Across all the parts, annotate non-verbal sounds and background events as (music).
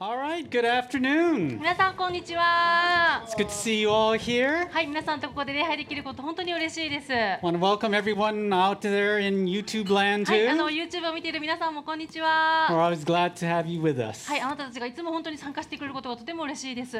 All right, good afternoon. 皆さんこんにちは It's good to see you all here. はい皆さんとここで礼拝できること本当に嬉しいですは want to welcome everyone out there in YouTube land いあ too. の YouTube を見ている皆さんもこんにち We're は always glad to have you with us. はいあなたたちがいつも本当に参加してくれることがとても嬉しいです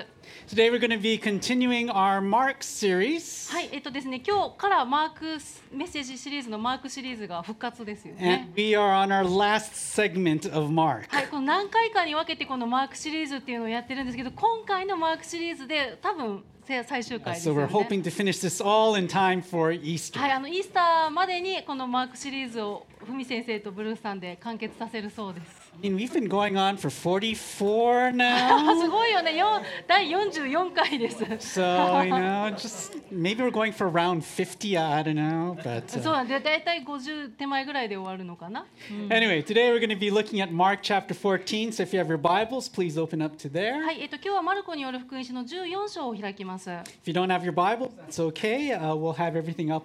Today we're going to be continuing our Mark series. はいえっとですね今日からマークスメッセージシリーズのマークシリーズが復活ですよ And ね we are on our last segment of Mark. はい、この何回かに分けてこのマークシリーズっていうのをやってるんですけど今回のマークシリーズで多分せ最終回です Uh, So we're よね hoping to finish this all in time for Easter. はい、あのイースターまでにこのマークシリーズをふみ先生とブルースさんで完結させるそうです I mean, we've been going on for 44 (laughs) あ now. すごいよねよん第44回です So, you know, just maybe we're going for around 50, I don't know. But (laughs) そう uh, なんで大体50手前ぐらいで終わるのかな anyway, today we're going to be looking at Mark chapter 14. So if you have your Bibles, please open up to there. はい、えっと今日はマルコによる福音書の14章を開きますは If you don't have your Bible, that's okay. Uh, we'll have everything up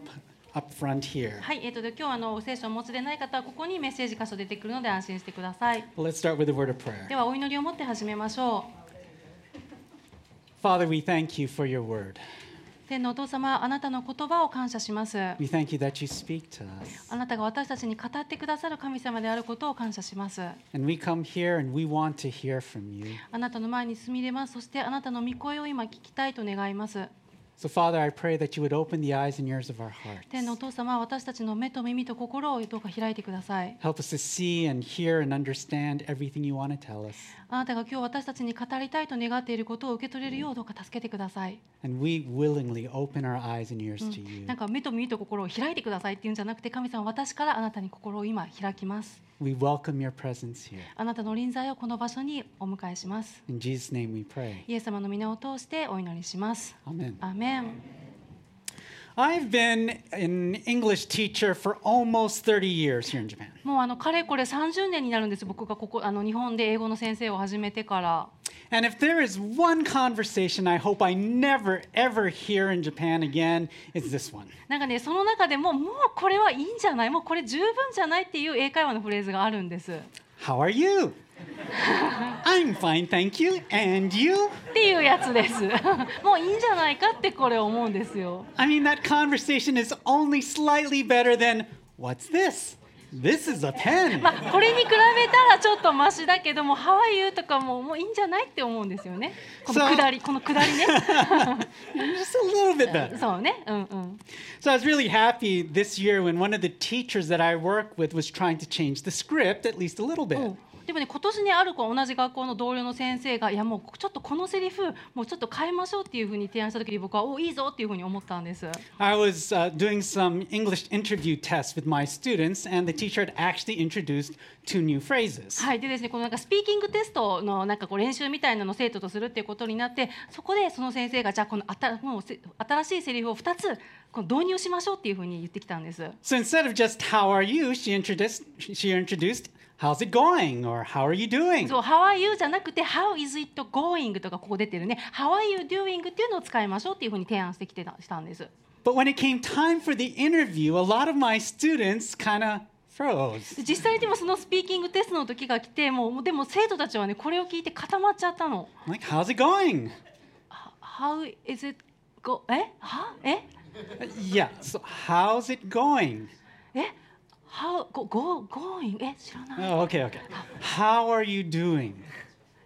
up front here. い、えっとで今日あの聖書をお持ちでない方はここにメッセージ箇所出てくるので安心してください Let's start with a word of prayer. ではお祈りを持って始めましょ Father, we thank you for your word. う天のお父様あなたの言葉を感謝します We thank you that you speak to us. あなたが私たちに語ってくださる神様であることを感謝します And we come here and we want to hear from you. あなたの前に進み入れますそしてあなたの御声を今聞きたいと願います So, Father, I pray that you would open the eyes and ears of our hearts. 天のお父様私たちの目と耳と心をどうか開いてください Help us to see and hear and understand everything you want to tell us. あなたが今日私たちに語りたいと願っていることを受け取れるようどうか助けてください And we willingly open our eyes and ears to you. なんか目と耳と心を開いてくださいっていうんじゃなくて神様私からあなたに心を今開きます We welcome your presence here. あなたの臨在をこの場所にお迎えします In Jesus' name we pray. イエス様の皆を通してお祈りします Amen. アーメン I've been an English teacher for almost 30 years here in Japan. もうあのかれこれ30年になるんです僕がここあの日本で英語の先生を始めてから And if there is one conversation I hope I never, ever hear in Japan again, it's this one. なんかねその中でももうこれはいいんじゃないもうこれ十分じゃないっていう英会話のフレーズがあるんですっ How are you? (laughs) I'm fine, thank you. And you? ていうやつです (laughs) もういいんじゃないかってこれ思うんですよ I mean, that conversation is only slightly better than what's this? This is a pen. (laughs) まあこれに比べたらちょっとマシだけども「ハワイユー」とかももういいんじゃないって思うんですよねこのそう下りこの下りね (laughs) Just a little bit better. そうねうんうん So I was really happy this year when one of the teachers that I work with was trying to change the script at least a little う bit. んでもね今年ねある子同じ学校の同僚の先生が「いやもうちょっとこのセリフもうちょっと変えましょう」っていうふうに提案した時に僕は「おいいぞ」っていうふうに思ったんです I was uh, doing some English interview tests with my students, and the teacher had actually introduced two new phrases. はい、でですね、このなんかスピーキングテストのなんかこう練習みたいなのを生徒とするっていうことになって、そこでその先生がじゃあこのあたもうせ新しいセリフを2つこの導入しましょうっていうふうに言ってきたんです。 So instead of just "How are you," she introduced she introduced "How's it going?" or "How are you doing?" そう、How are you じゃなくて How is it going とかここ出てるね、How are you doing っていうのを使いましょうっていうふうに提案してきてたしたんです。 But when it came time for the interview, a lot of my students kind of froze. で実際でもそのスピーキングテストの時が来て、もうもうでも生徒たちはねこれを聞いて固まっちゃったの。 I'm like, "How's it going?" How is it go えはえ Uh, Yeah. So how's it going? え How go go going え知らない。 Oh, okay, okay. How are you doing?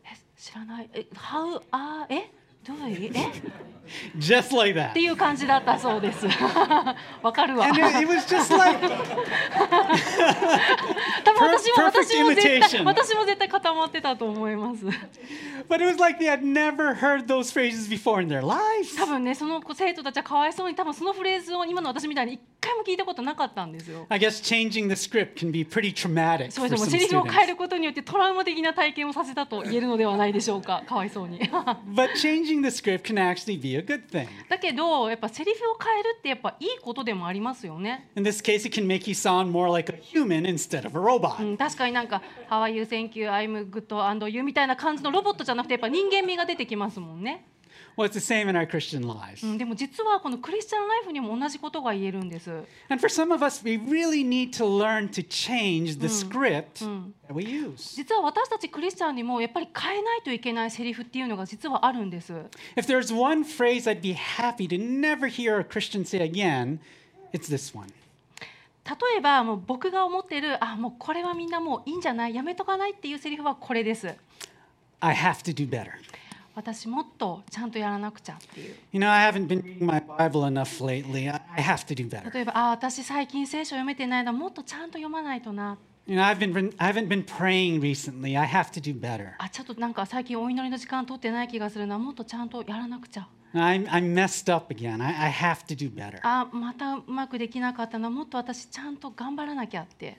え知らないえ How are えどういうえっ Just like that. ていう感じだったそうです (laughs) わかるわ And 多 (laughs) it, it 分 was just like perfect 私も私も絶 imitation 対私も絶対固まってたと思います But it was like they had never heard those phrases before in their lives. 多分ねその子生徒たちはかわいそうに多分そのフレーズを今の私みたいに一回も聞いたことなかったんですよ I guess changing the script can be pretty traumatic そう for で some すもセリフを変え students. ることによってトラウマ的な体験をさせたと言えるのではないでしょうかかわいそうに (laughs) But changing the script can actually be a good thing. だけどやっぱセリフを変えるってやっぱいいことでもありますよね In this case, it can make you sound more like a human instead of a robot. うん、確かになんか「How are you? Thank you. I'm good and you」みたいな感じのロボットじゃなくてやっぱ人間味が出てきますもんね。 Well, it's the same in our Christian lives. うんでも実はこのクリスチャンライフにも同じことが言えるんです。 And for some of us, we really need to learn to change the script that we use. 実は私たちクリスチャンにもやっぱり変えないといけないセリフっていうのが実はあるんです。 If there's one phrase I'd be happy to never hear a Christian say again, it's this one. 例えばもう僕が思ってるあもうこれはみんなもういいんじゃないやめとかないっていうセリフはこれです。 I have to do better. 私もっとちゃんとやらなくちゃっていう。 You know, I haven't been reading my Bible enough lately. I I have to do better. 例えばあ私最近聖書読めてないなもっとちゃんと読まないとな You know, I've been I haven't been praying recently. I have to do better. あちょっとなんか最近お祈りの時間取ってない気がするなもっとちゃんとやらなくちゃ I I messed up again. I, I have to do better. あまたうまくできなかったなもっと私ちゃんと頑張らなきゃって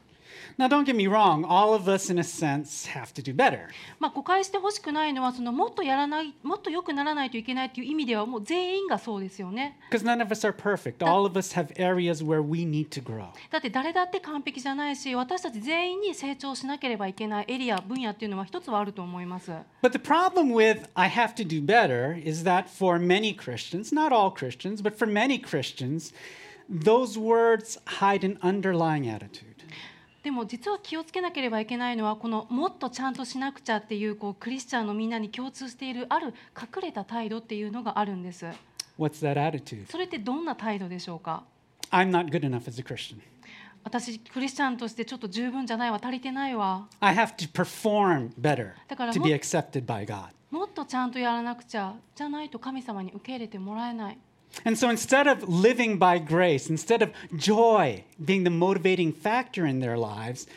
Now, don't get me wrong. All of us, in a sense, have to do better. まあ誤解してほしくないのはそのもっとやらないもっと良くならないといけないっていう意味ではもう全員がそうですよね Because none of us are perfect. All of us have areas where we need to grow. だって誰だって完璧じゃないし私たち全員に成長しなければいけないエリア分野っていうのは一つはあると思います But the problem with I have to do better is that for many Christians, not all Christians, but for many Christians, those words hide an underlying attitude. でも実は気をつけなければいけないのはこのもっとちゃんとしなくちゃっていうこうクリスチャンのみんなに共通しているある隠れた態度っていうのがあるんです。 What's that attitude? それってどんな態度でしょうか I'm not good enough as a Christian. 私クリスチャンとしてちょっと十分じゃないわ足りてないわ I have to perform better だから to も- be accepted by God. もっとちゃんとやらなくちゃじゃないと神様に受け入れてもらえない And so instead of living by grace, instead of joy being the motivating factor in their lives,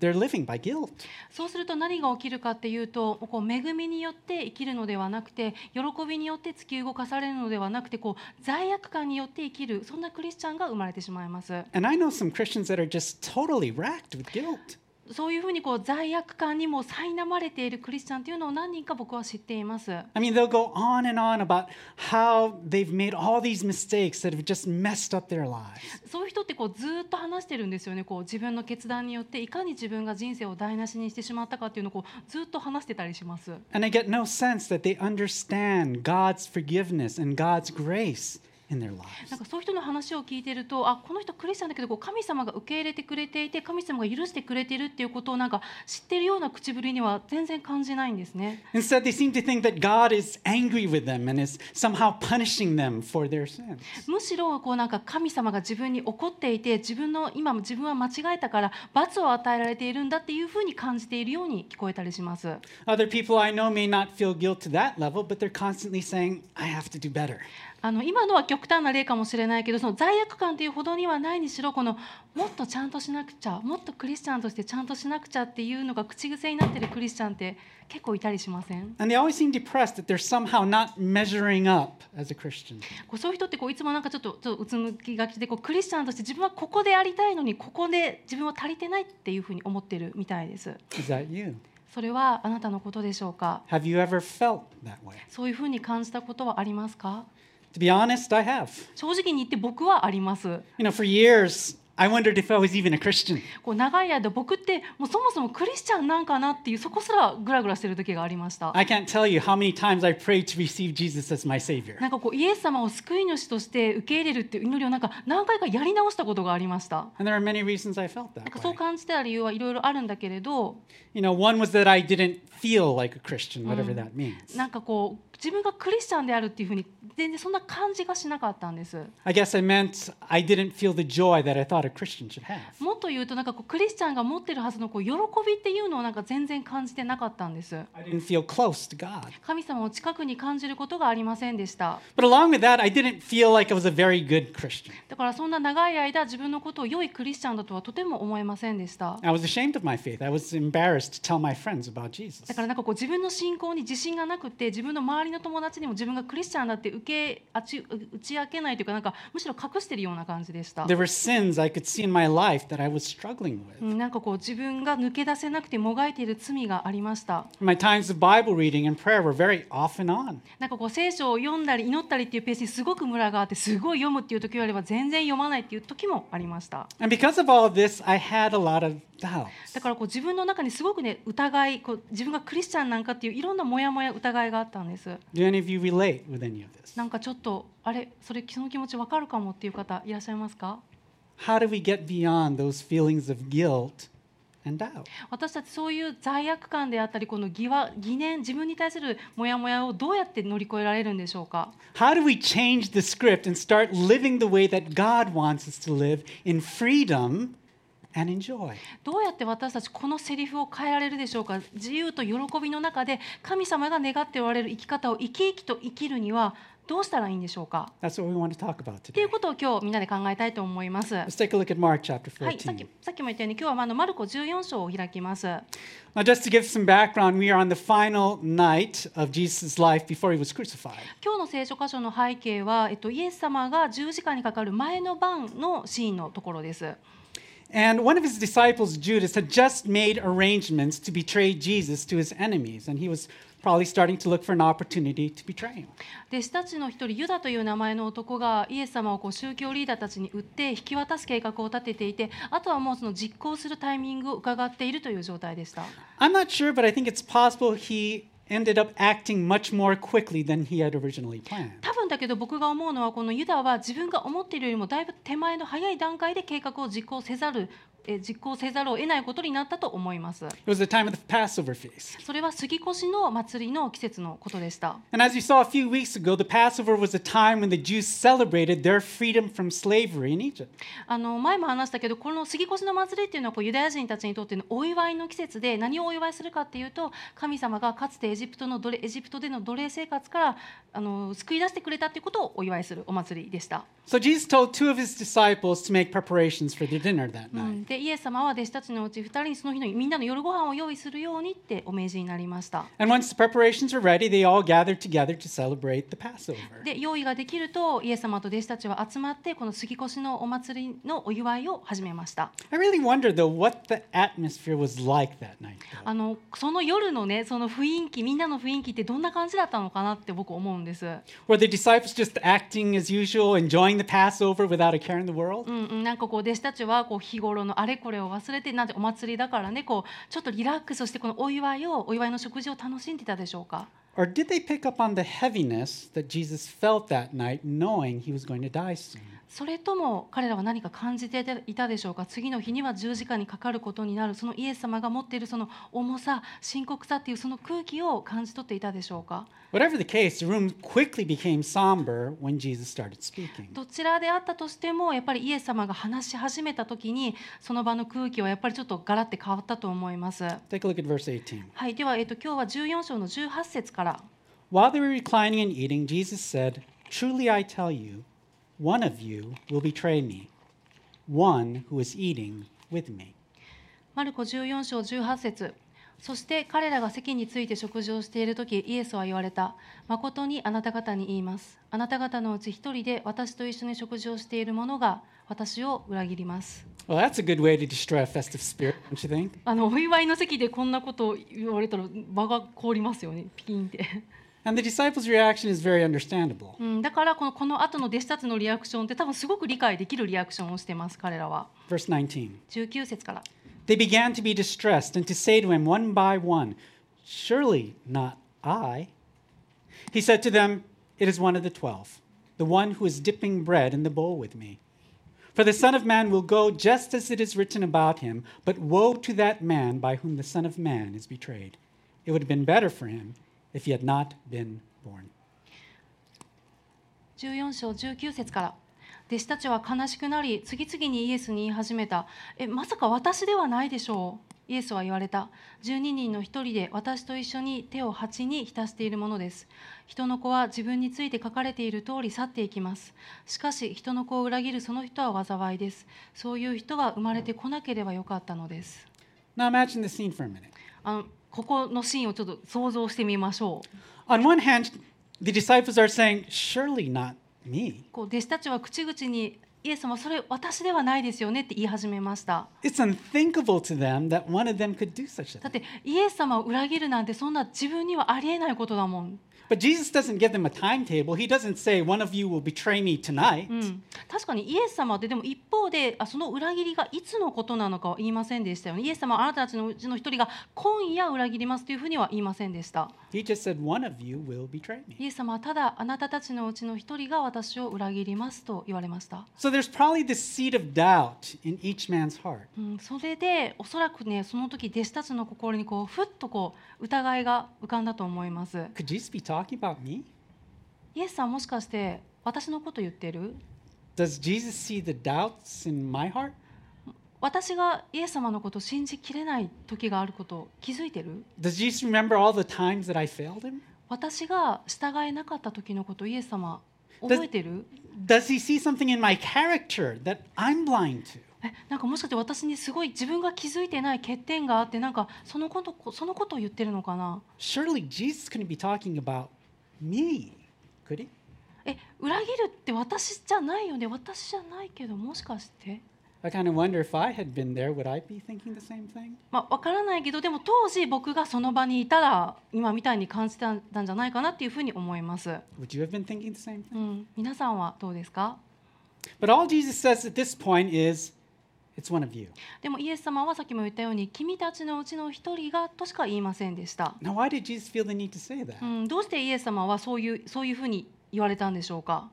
they're living by guilt. そうすると何が起きるかっていうとこう恵みによって生きるのではなくて喜びによって突き動かされるのではなくてこう罪悪感によって生きるそんなクリスチャンが生まれてしまいます。 And I know some Christians that are just totally racked with guilt. そういうふうにこう罪悪感にも苛まれているクリスチャンというのを何人か僕は知っています。 I mean, they'll go on and on about how they've made all these mistakes that have just messed up their lives. そういう人ってこうずっと話してるんですよね。こう自分の決断によっていかに自分が人生を台無しにしてしまったかっていうのをこうずっと話してたりします。 And I get no sense that they understand God's forgiveness and God's grace in their なん lives. かそういう人の話を聞いてると、あこの人クリスチャンだけどこう神様が受け入れてくれていて神様が許してくれてるっていうことをなんか知ってるような口ぶりには全然感じないんですね。 Instead, they seem to think that God is angry with them and is somehow punishing them for their sins. むしろこうなんか神様が自分に怒っていて自分の今も自分は間違えたから罰を与えられているんだっていうふうに感じているように聞こえたりします。 Other people I know may not feel guilt to that level, but they're constantly saying, I have to do better. あの今のは極端な例かもしれないけどその罪悪感というほどにはないにしろこのもっとちゃんとしなくちゃもっとクリスチャンとしてちゃんとしなくちゃっていうのが口癖になってるクリスチャンって結構いたりしません And they always seem depressed that they're somehow not measuring up as a Christian. こうそういう人ってこういつもなんかちょっとちょっとうつむきがちでこうクリスチャンとして自分はここでありたいのにここで自分は足りてないっていうふうに思ってるみたいです。 Is that you? それはあなたのことでしょうか Have you ever felt that way? そういうふうに感じたことはありますか To be honest, I have. 正直に言って僕はあります。 You know, for years, I wondered if I was even a Christian. こう長い間僕ってもうそもそもクリスチャンなんかなっていうそこすらグラグラしてる時がありました。 I can't tell you how many times I prayed to receive Jesus as my Savior. なんかこうイエス様を救い主として受け入れるっていう祈りをなんか何回かやり直したことがありました。 And there are many reasons I felt なんか that そう way. 感じた理由はいろいろあるんだけれど、 You know, one was that I didn't feel like a Christian, whatever that means. なんかこう自分がクリスチャンであるっていうふうに全然そんな感じがしなかったんです。 I guess I meant I didn't feel the joy that I thought a Christian should have. もっと言うとなんかこうクリスチャンが持ってるはずのこう喜びっていうのをなんか全然感じてなかったんです。 I didn't feel close to God. 神様を近くに感じることがありませんでした。 But along with that, I didn't feel like I was a very good Christian. だからそんな長い間自分のことを良いクリスチャンだとはとても思えませんでした。 I was ashamed of my faith. I was embarrassed to tell my friends about Jesus. だからなんかこう自分の信仰に自信がなくて自分の周りの友達にも自分がクリスチャンだって受けあち打ち明けないというかなんかむしろ隠してるような感じでした。 There were sins I could see in my life that I was struggling with. うんなんかこう自分が抜け出せなくてもがいている罪がありました。 My times of Bible reading and prayer were very off and on. なんかこう聖書を読んだり祈ったりっていうペースにすごくムラがあってすごい読むっていう時よりは全然読まないっていう時もありました。 And because of all of this, I had a lot of doubts. だからこう自分の中にすごくね疑いこう自分がクリスチャンなんかっていういろんなモヤモヤ疑いがあったんです Do any of you relate with any of this? なんかちょっとあれそれその気持ちわかるかもっていう方いらっしゃいますか How do we get beyond those feelings of guilt and doubt? 私たちそういう罪悪感であったりこの疑わ疑念自分に対するモヤモヤをどうやって乗り越えられるんでしょうか How do we change the script and start living the way that God wants us to live in freedom and in joy? どうやって私たちこのセリフを変えられるでしょうか自由と喜びの中で神様が願っておられる生き方を生き生きと生きるにはどうしたらいいんでしょうか That's what we want to talk about ってい today. うことを今日みんなで考えたいと思います。 Let's take a look at Mark chapter はい、さっ 14. きさっきも言ったように今日はあのマルコ14章を開きます。 Now, just to give some background, we are on the final night of Jesus' life before he was crucified. 今日の聖書箇所の背景は、えっと、イエス様が十字架にかかる前の晩のシーンのところです。 And one of his disciples, Judas, had just made arrangements to betray Jesus to his enemies, and he was probably starting to look for an opportunity to betray him. 弟子たちの一人ユダという名前の男がイエス様をこう宗教リーダーたちに売って引き渡す計画を立てていてあとはもうその実行するタイミングを伺っているという状態でした。 I'm not sure, but I think it's possible he ended up acting much more quickly than he had originally planned. 多分だけど僕が思うのはこのユダは自分が思っているよりもだいぶ手前の早い段階で計画を実行せざるえ実行せざるを得ないことになったと思います。 It was the time of the Passover feast. それは杉越の祭りの季節のことでした。 And as you saw a few weeks ago, the Passover was a time when the Jews celebrated their freedom from slavery in Egypt. あの前も話したけどこの杉越の祭りっていうのはこうユダヤ人たちにとってのお祝いの季節で何をお祝いするかっていうと神様がかつてエジプトの奴隷エジプトでの奴隷生活からあの救い出してくれたっていうことをお祝いするお祭りでした、 So Jesus told two of his disciples to make preparations for their dinner that う night. んでイエス様は弟子たちのうち2人にその日のみんなの夜ご飯を用意するようにってお命じになりました And once the preparations were ready, they all gathered together to celebrate the Passover. で用意ができるとイエス様と弟子たちは集まってこの杉越のお祭りのお祝いを始めました I really wonder though what the atmosphere was like that night. though. あのその夜のねその雰囲気みんなの雰囲気ってどんな感じだったのかなって僕思うんです、 Were the disciples just acting as usual, enjoying the Passover without a care in the world? うんうん、なんかこう弟子たちはこう日頃のあれこれを忘れてなんてお祭りだからねこうちょっとリラックスしてこのお祝いをお祝いの食事を楽しんでたでしょうか Or did they pick up on the heaviness that Jesus felt that night, knowing he was going to die soon? それとも彼らは何か感じていたでしょうか次の日には十字架にかかることになるそのイエス様が持っているその重さ深刻さっていうその空気を感じ取っていたでしょうか Whatever the case, the room quickly became somber when Jesus started speaking. どちらであったとしてもやっぱりイエス様が話し始めた時にその場の空気はやっぱりちょっとガラッて変わったと思います。は Take a look at verse 18. い、では、えっと今日は14章の18節から。 While they were reclining and eating, Jesus said, Truly I tell you, one of you will betray me, one who is eating with me. マルコ14章18節そして彼らが席について食事をしている時イエスは言われた誠にあなた方に言いますあなた方のうち一人で私と一緒に食事をしている者が私を裏切ります Well, that's a good way to destroy a festive spirit, don't you think? あのお祝いの席でこんなことを言われたら場が凍りますよねピキンって、 And the disciples' reaction is very understandable. うん、だからこのこの後の弟子たちのリアクションって多分すごく理解できるリアクションをしてます彼らは Verse 19. 19節から They began to be distressed and to say to him one by one, Surely not I. He said to them, It is one of the twelve, the one who is dipping bread in the bowl with me. For the Son of Man will go just as it is written about him, but woe to that man by whom the Son of Man is betrayed. It would have been better for him if he had not been born. 14章19節から弟子たちは悲しくなり次々にイエスに言い始めたえまさか私ではないでしょうイエスは言われた12人の一人で私と一緒に手を鉢に浸しているものです人の子は自分について書かれている通り去っていきますしかし人の子を裏切るその人は災いですそういう人は生まれてこなければよかったのです Now imagine the scene for a minute. あのここのシーンをちょっと想像してみましょう On one hand, the disciples are saying, Surely not me. こう弟子たちは口々にイエス様それ私ではないですよねって言い始めました It's unthinkable to them that one of them could do such a だっ thing. てイエス様を裏切るなんてそんな自分にはありえないことだもん But Jesus doesn't give them a timetable. He doesn't say, one of you will betray me tonight. うん、確かにイエス様ってでも一方であその裏切りがいつのことなのかは言いませんでしたよねイエス様はあなたたちのうちの一人が今夜裏切りますというふうには言いませんでした He just said, one of you will betray me. イエス様はただあなたたちのうちの一人が私を裏切りますと言われました、 So there's probably this seed of doubt in each man's heart. うん、それでおそらくねその時弟子たちの心にこうふっとこう疑いが浮かんだと思います Could Jesus be talking about me? イエスさんもしかして私のこと言ってる Does Jesus see the doubts in my heart? 私がイエス様のことを信じきれない時があること気づいてる Does Jesus remember all the times that I failed him? 私が従えなかった時のことイエス様覚えてる Does he see something in my character that I'm blind to? えなんかもしかして私にすごい自分が気づいてない欠点があってなんかそのことそのことを言ってるのかな Surely Jesus couldn't be talking about me, could he? え裏切るって私じゃないよね私じゃないけどもしかして I kind of wonder if I had been there, would I be thinking the same thing? まあわからないけどでも当時僕がその場にいたら今みたいに感じたんじゃないかなっていうふうに思います、 Would you have been thinking the same thing? うん、皆さんはどうですか But all Jesus says at this point is, it's one of you. でもイエス様はさっきも言ったように君たちのうちの一人がとしか言いませんでした、 Now, why did Jesus feel the need to say that? うん、どうしてイエス様はそういうそういうふうに言われたんでしょうか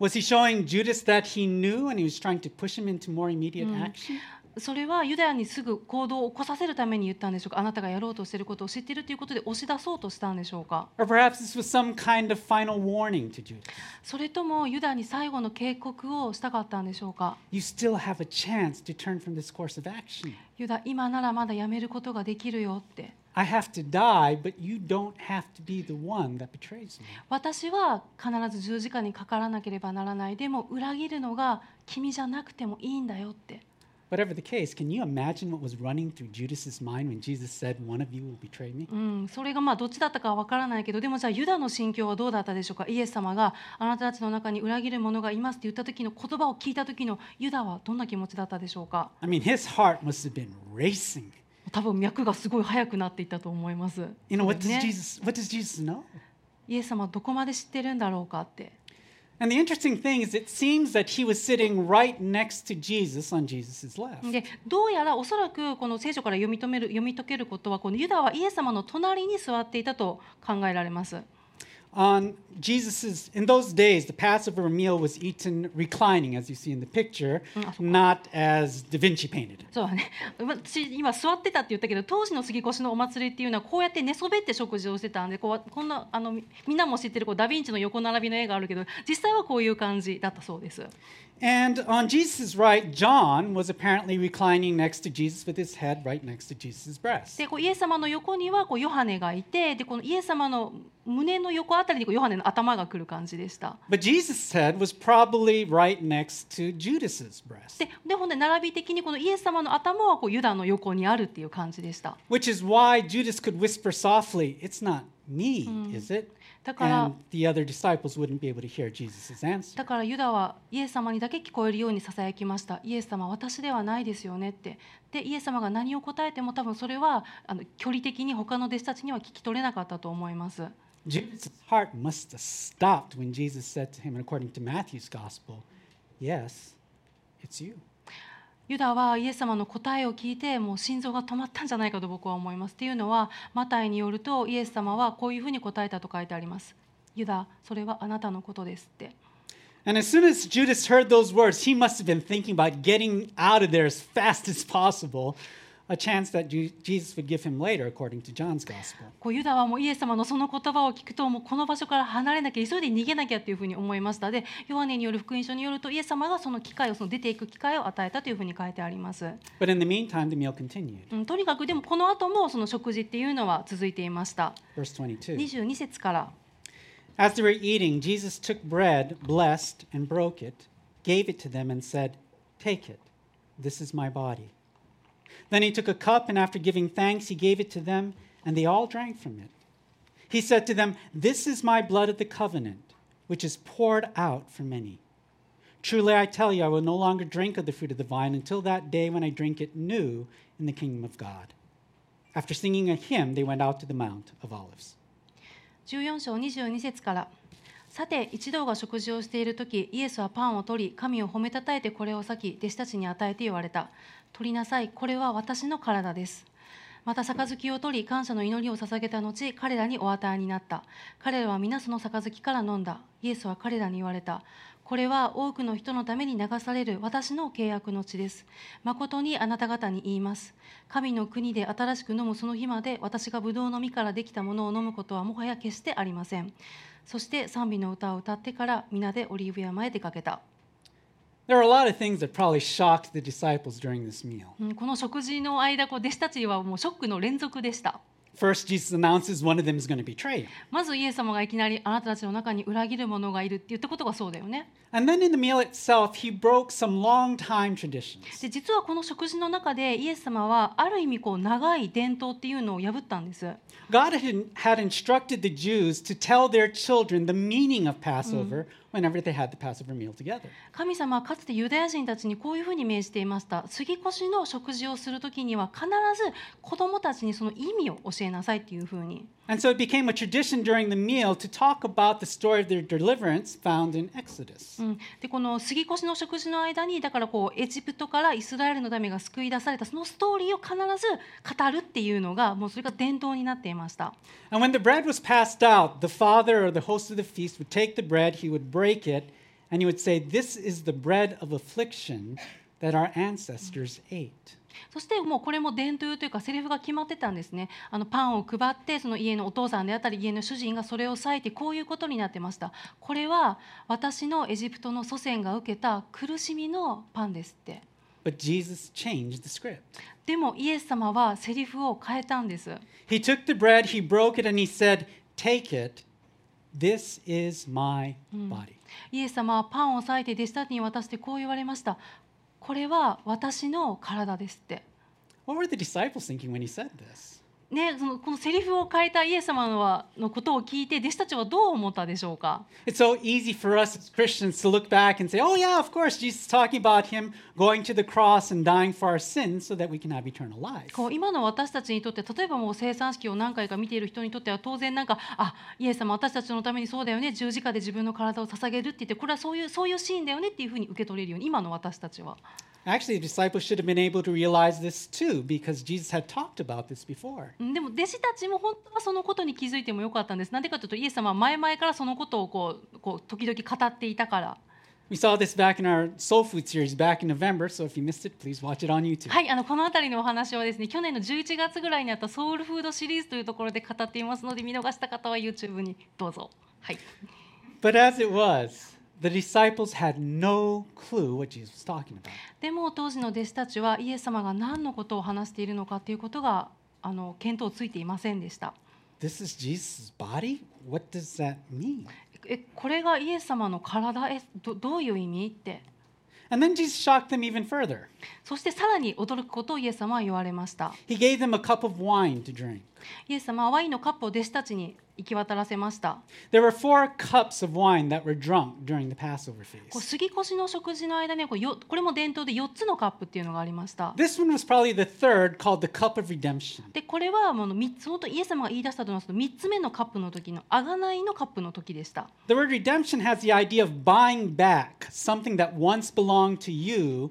Was he showing Judas that he knew and he was trying to push him into more immediate action? それはユダヤにすぐ行動を起こさせるために言ったんでしょうかあなたがやろうとしていることを知っているということで押し出そうとしたんでしょうか Or perhaps this was some kind of final warning to Judas. それともユダヤに最後の警告をしたかったんでしょうか You still have a chance to turn from this course of action. ユダ今ならまだやめることができるよって I have to die, but you don't have to be the one that betrays me. 私は必ず十字架にかからなければならないでも裏切るのが君じゃなくてもいいんだよって Whatever the case, can you imagine what was running through Judas's mind when Jesus said, "One of you will betray me"? うん、それがまあどっちだったかは分からないけどでもじゃあユダの心境はどうだったでしょうかイエス様があなたたちの中に裏切る者がいますって言った時の言葉を聞いた時のユダはどんな気持ちだったでしょうか I mean, his heart must have been racing. 多分脈がすごい速くなっていったと思います You know, what そう does で Jesus? すね What does Jesus know? イエス様はどこまで知ってるんだろうかって And the interesting thing is, it seems that he was sitting right next to Jesus on Jesus' left. でどうやらおそらくこの聖書から読み止める読み解けることはこのユダはイエス様の隣に座っていたと考えられます On Jesus's, in those days, the Passover meal was eaten reclining, as you see in the picture, not as Da Vinci painted. it. そうだね (laughs) 私今座ってたって言ったけど当時の杉越のお祭りっていうのはこうやって寝そべって食事をしてたんでこうこんなあのみみんなも知ってるこうダ・ヴィンチの横並びの絵があるけど実際はこういう感じだったそうです And on Jesus' right, John was apparently reclining next to Jesus with his head right next to Jesus' breast. でこうイエス様の横にはこうヨハネがいてでこのイエス様の胸の横あたりにこうヨハネの頭がくる感じでした。 But Jesus' head was probably right next to Judas's breast, ででほんで並び的にこのイエス様の頭はこうユダの横にあるっていう感じでした which is why Judas could whisper softly, It's not me, is it? だから And the other disciples wouldn't be able to hear Jesus' answer. だからユダはイエス様にだけ聞こえるようにささやきましたイエス様私ではないですよねってでイエス様が何を答えても多分それはあの距離的に他の弟子たちには聞き取れなかったと思います Judas' heart must have stopped when Jesus said to him, and according to Matthew's gospel, Yes, it's you. ユダはイエス様の答えを聞いてもう心臓が止まったんじゃないかと僕は思いますっていうのはマタイによるとイエス様はこういうふうに答えたと書いてありますユダそれはあなたのことですって And as soon as Judas heard those words, he must have been thinking about getting out of there as fast as possible, a chance that Ju- Jesus would give him later, according to John's gospel. こうユダはもうイエス様のその言葉を聞くともうこの場所から離れなきゃ急いで逃げなきゃっていうふうに思いましたでヨハネによる福音書によるとイエス様がその機会をその出ていく機会を与えたというふうに書いてあります、 But in the meantime, the meal continued. うん、とにかくでもこの後もその食事っていうのは続いていました Verse 22. 22節から As they were eating, Jesus took bread, blessed, and broke it, gave it to them, and said, Take it. This is my body. Then he took a cup, and after giving thanks, he gave it to them, and they all drank from it. He said to them, This is my blood of the covenant, which is poured out for many. Truly I tell you, I will no longer drink of the fruit of the vine until that day when I drink it new in the kingdom of God. After singing a hymn, they went out to the Mount of Olives. 14章22節からさて一同が食事をしている時イエスはパンを取り神を褒めたたえてこれを裂き弟子たちに与えて言われた取りなさいこれは私の体ですまた杯を取り感謝の祈りを捧げた後彼らにお与えになった彼らは皆その杯から飲んだイエスは彼らに言われたこれは多くの人のために流される私の契約の血です誠にあなた方に言います神の国で新しく飲むその日まで私がブドウの実からできたものを飲むことはもはや決してありませんそして賛美の歌を歌ってから皆でオリーブ山へ出かけた、 There are a lot of things that probably shocked the disciples during this meal. うんこの食事の間こう弟子たちはもうショックの連続でした First, Jesus announces one of them is going to betray him. まずイエス様がいきなりあなたたちの中に裏切る者がいるって言ったことがそうだよね And then in the meal itself, he broke some long time traditions. で実はこの食事の中でイエス様はある意味こう長い伝統っていうのを破ったんです God had, had instructed the Jews to tell their children the meaning of Passover whenever they had the Passover meal together. 神様はかつてユダヤ人たちにこういうふうに命じていました杉越の食事をする時には必ず子供たちにその意味を教えなさいっていうふうに And so it became a tradition during the meal to talk about the story of their deliverance found in Exodus. うん、でこの杉越の食事の間にだからこうエジプトからイスラエルの民が救い出されたそのストーリーを必ず語るっていうのがもうそれが伝統になっていました And when the bread was passed out, the father or the host of the feast would take the bread, he would break it, and he would say, This is the bread of affliction that our ancestors ate. そしてもうこれも伝統というかセリフが決まってたんですねあのパンを配ってその家のお父さんであったり家の主人がそれを割いてこういうことになってましたこれは私のエジプトの祖先が受けた苦しみのパンですって But Jesus changed the script. でもイエス様はセリフを変えたんです He took the bread, he broke it, and he said, Take it. This is my body. イエス様はパンを裂いて弟子たちに渡してこう言われましたこれは私の体ですって What were the disciples thinking when he said this? ね、そのこのセリフを変えたイエス様のはのことを聞いて弟子たちはどう思ったでしょうか It's so easy for us as Christians to look back and say, oh, yeah, of course, Jesus is talking about him going to the cross and dying for our sins so that we can have eternal life. こう今の私たちにとって例えばもう生産式を何回か見ている人にとっては当然なんかあイエス様私たちのためにそうだよね十字架で自分の体を捧げるって言ってこれはそういうそういうシーンだよねっていうふうに受け取れるように今の私たちは Actually, the disciples should have been able to realize this too because Jesus had talked about this before. うんでも弟子たちも本当はそのことに気づいてもよかったんですなんでかというとイエス様は前々からそのことをこうこう時々語っていたから。 We saw this back in our Soul Food series back in November, so if you missed it, please watch it on YouTube. はい、あのこの辺りのお話はですね去年の11月ぐらいにあったソウルフードシリーズというところで語っていますので見逃した方は YouTube にどうぞ。はい、 But as it was, the disciples had no clue what Jesus was talking about. でも当時の弟子たちはイエス様が何のことを話しているのかということがあの見当ついていませんでした。 This is Jesus' body? What does that mean? えこれがイエス様の体えどどういう意味って。 And then Jesus shocked them even further. そしてさらに驚くことをイエス様は言われました。 He gave them a cup of wine to drink. イエス様はワインのカップを弟子たちに行き渡らせました。 There were four cups of wine that were drunk during the Passover こう feast. 杉越の食事の間にはこうよこれも伝統で4つのカップっていうのがありました。 This one was probably the third, called the cup of redemption. でこれはもう3つのとイエス様が言い出したというのはその3つ目のカップの時の贖いのカップの時でした。 The word redemption has the idea of buying back something that once belonged to you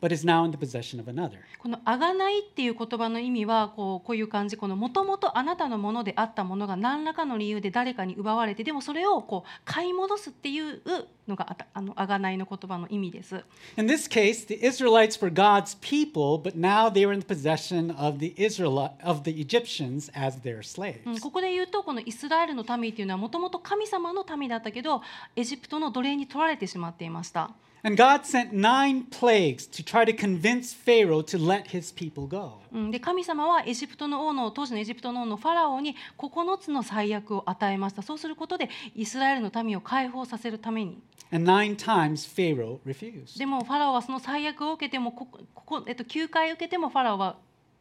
but is now in the possession of another. この「贖い」っていう言葉の意味はこうこういう感じこのもともとあなたのものであったものが何らかの理由で誰かに奪われてでもそれをこう買い戻すっていうのがあたあの贖いの言葉の意味です。 In this case, the Israelites were God's people, but now they were in the possession of the Israel of the Egyptians as their う slaves. んここで言うとこのイスラエルの民っていうのはもともと神様の民だったけどエジプトの奴隷に取られてしまっていました。 And God sent nine plagues to try to convince Pharaoh to let his people go. うんで神様はエジプトの王の当時のエジプトの王のファラオに9つの災悪を与えましたそうすることでイスラエルの民を解放させるために And nine times Pharaoh refused. でもファラオはその災悪を受けてもここここ、えっと、9回受けてもファラオは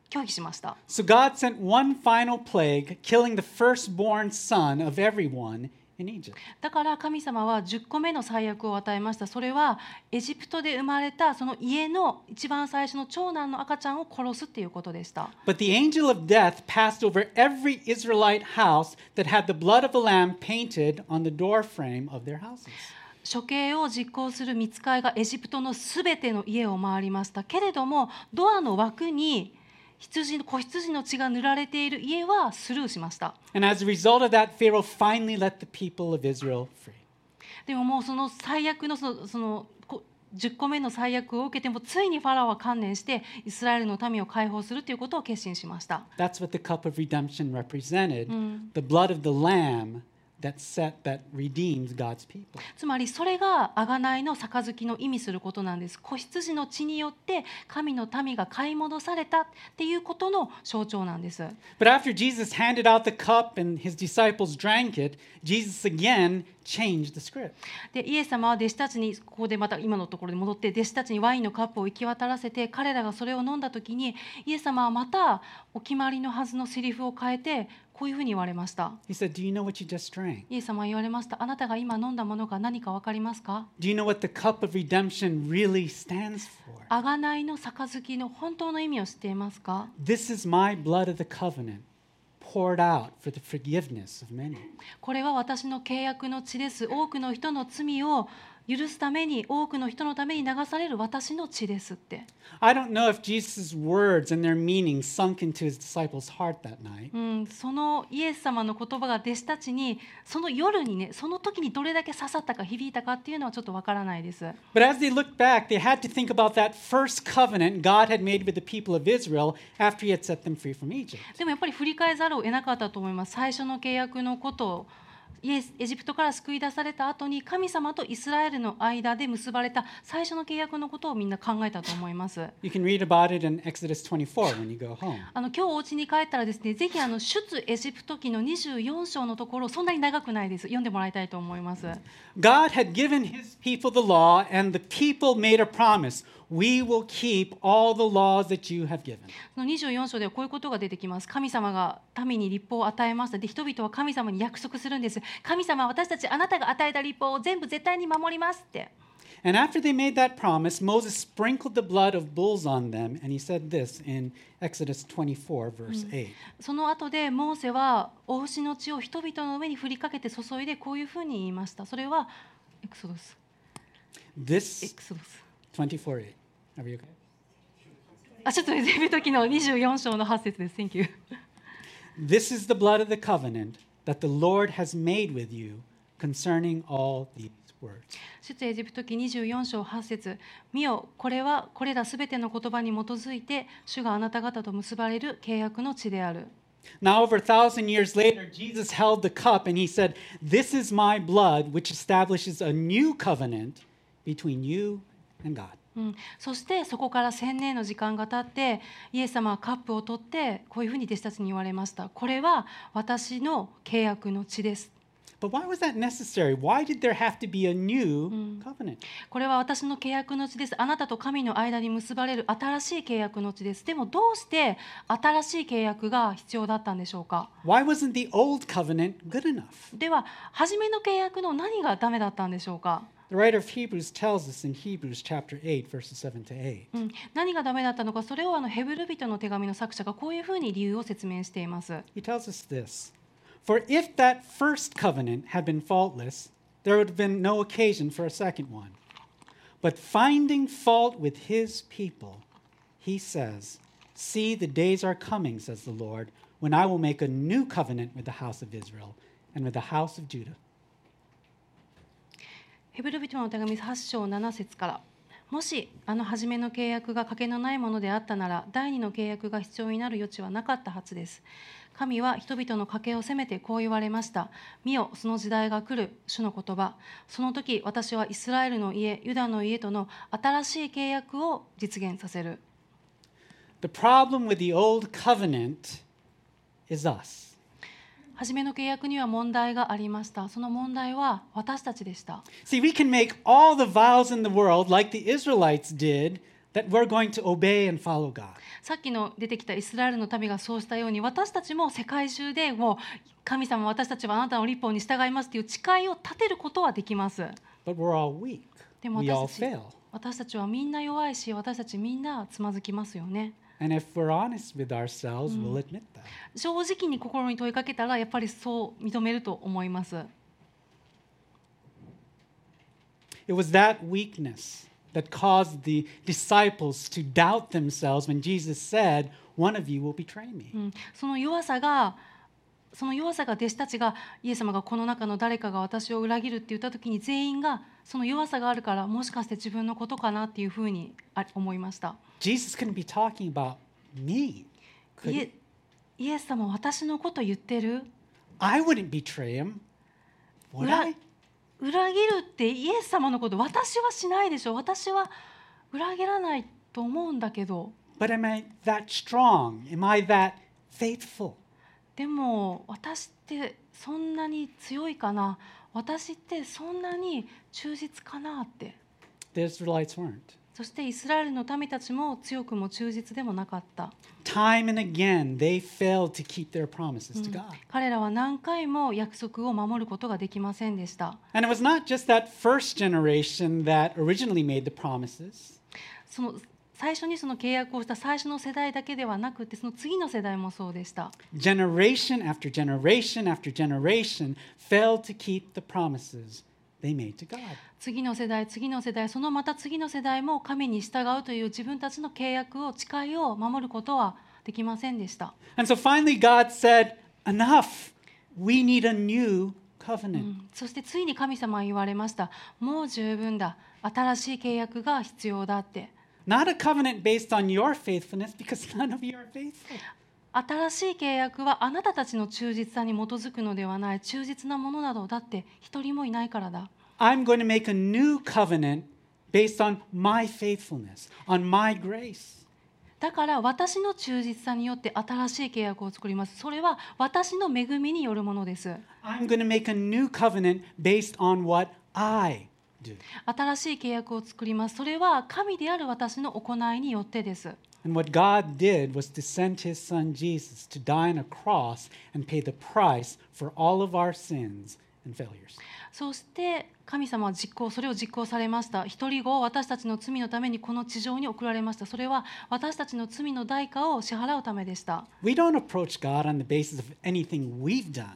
拒否しました So God sent one final plague, killing the firstborn son of everyone in Egypt. だから神様は10個目の災厄を与えましたそれはエジプトで生まれたその家の一番最初の長男の赤ちゃんを殺すっていうことでした But the angel of death passed over every Israelite house that had the blood of a lamb painted on the door frame of their houses. 処刑を実行する見ついがエジプトのすべての家を回りましたけれどもドアの枠に羊の子羊の血が塗られている家はスルーしました And as a result of that, Pharaoh finally let the people of Israel free. でももうその最悪のそのそのこ10個目の最悪を受けてもついにファラオは観念してイスラエルの民を解放するということを決心しました That's what the cup of redemption represented the blood of the lamb that set that redeems God's people. つまりそれが贖いの杯の意味することなんです子羊の血によって神の民が買い戻されたっていうことの象徴なんです But after Jesus handed out the cup and his disciples drank it, Jesus again changed the script. でイエス様は弟子たちにここでまた今のところに戻って弟子たちにワインのカップを行き渡らせて彼らがそれを飲んだ時にイエス様はまたお決まりのはずのセリフを変えてこういうふうに言われました He said, Do you know what you just drank? イエス様は言われましたあなたが今飲んだものが何か分かりますか Do you know what the cup of redemption really stands for? 贖いの杯の本当の意味を知っていますか This is my blood of the covenant poured out for the forgiveness of many. これは私の契約の血です。多くの人の罪を許すために、多くの人のために流される私の血ですって。 I don't know if Jesus' words and their meaning sunk into his disciples' heart that night, うん、そのイエス様の言葉が弟子たちに、その夜にね、その時にどれだけ刺さったか響いたかっていうのはちょっとわからないです。 but as they looked back, they had to think about that first covenant God had made with the people of Israel after he had set them free from Egypt. でもやっぱり振り返ざるを得なかったと思います。最初の契約のことを。イエスエジプトから救い出された後に神様とイスラエルの間で結ばれた最初の契約のことをみんな考えたと思います。 You can read about it in Exodus 24 when you go home. あの今日お家に帰ったらですね、ぜひあの出エジプト記の24章のところ、そんなに長くないです。読んでもらいたいと思います。 God had given his people the law, and the people made a promise We will keep all the laws that you have given. その24章ではこういうことが出てきます。神様が民に立法を与えました。で、人々は神様に約束するんです。神様、私たちあなたが与えた立法を全部絶対に守りますって。 And after they made that promise, Moses sprinkled the blood of bulls on them, and he said this in Exodus 24, verse 8. その後でモーセはお牛の血を人々の上に振りかけて注いでこういうふうに言いました。それはエクソドス、エ This クソドス。 24, 8. Are we okay? あ、ちょっとエジプト記の24章の8節です。Thank you. This is the blood of the covenant that the Lord has made with you concerning all these words. 出エジプト記24章8節見よこれはこれらすべての言葉に基づいて主があなた方と結ばれる契約の地である Now, over a thousand years later, Jesus held the cup and he said, This is my blood, which establishes a new covenant between you and God. うん、そしてそこから千年の時間が経ってイエス様はカップを取ってこういうふうに弟子たちに言われましたこれは私の契約の地です But why was that necessary? Why did there have to be a new covenant? これは私の契約の地ですあなたと神の間に結ばれる新しい契約の地ですでもどうして新しい契約が必要だったんでしょうか Why wasn't the old covenant good enough? では初めの契約の何がダメだったんでしょうか The writer of Hebrews tells us in Hebrews chapter 8, verses 7 to 8. うん、何がダメだったのかそれをあのヘブル人の手紙の作者がこういうふうに理由を説明しています He tells us this For if that first covenant had been faultless, there would have been no occasion for a second one. But finding fault with his people, he says, See, the days are coming, says the Lord, when I will make a new covenant with the house of Israel and with the house of Judah. ヘブル人の手紙8章7節からもしあの初めの契約が欠けのないものであったなら第二の契約が必要になる余地はなかったはずです神は人々の家計を責めてこう言われました見よその時代が来る主の言葉その時私はイスラエルの家ユダの家との新しい契約を実現させる The problem with the old covenant is us. 初めの契約には問題がありましたその問題は私たちでした See, we can make all the vows in the world, like the Israelites did, that we're going to obey and follow God. さっきの出てきたイスラエルの民がそうしたように私たちも世界中でもう神様私たちはあなたの立法に従いますという誓いを立てることはできます But we're all weak. でも We all 私たち fail. 私たちはみんな弱いし私たちみんなつまずきますよね And if we're honest with ourselves, we'll admit that. 正直に心に問いかけたらやっぱりそう認めると思います It was that weakness that caused the disciples to doubt themselves when Jesus said, One of you will betray me. うんその弱さがその弱さが弟子たちがイエス様がこの中の誰かが私を裏切るって言った時に全員がその弱さがあるからもしかして自分のことかなっていうふうにあ思いました Jesus couldn't be talking about me. イ Could エ he? イエス様私のこと言ってる I wouldn't betray him. Would Right. I? 裏切るってイエス様のこと私はしないでしょ私は裏切らないと思うんだけど But am I that strong? Am I that faithful? でも私ってそんなに強いかな私ってそんなに忠実かなって The Israelites weren't. そしてイスラエルの民たちも強くも忠実でもなかった、 Time and again, they failed to keep their promises to God. 彼らは何回も約束を守ることができませんでした And it was not just that first generation that originally made the promises, その最初にその契約をした最初の世代だけではなくてその次の世代もそうでした generation after generation after generation failed to keep the promises they made to God. 次の世代次の世代そのまた次の世代も神に従うという自分たちの契約を誓いを守ることはできませんでした And so finally, God said, Enough. We need a new covenant. そしてついに神様は言われましたもう十分だ新しい契約が必要だって Not a covenant based on your faithfulness, because (laughs) none of you are faithful. 新しい契約はあなたたちの忠実さに基づくのではない忠実なものなどだって一人もいないからだ I'm going to make a new covenant based on my faithfulness, on my grace. だから私の忠実さによって新しい契約を作りますそれは私の恵みによるものです I'm going to make a new covenant based on what I do. 新しい契約を作りますそれは神である私の行いによってです And what God did was to send his son Jesus to die on a cross and pay the price for all of our sins and failures. そして神様は実行それを実行されました一人子を私たちの罪のためにこの地上に送られましたそれは私たちの罪の代価を支払うためでした We don't approach God on the basis of anything we've done.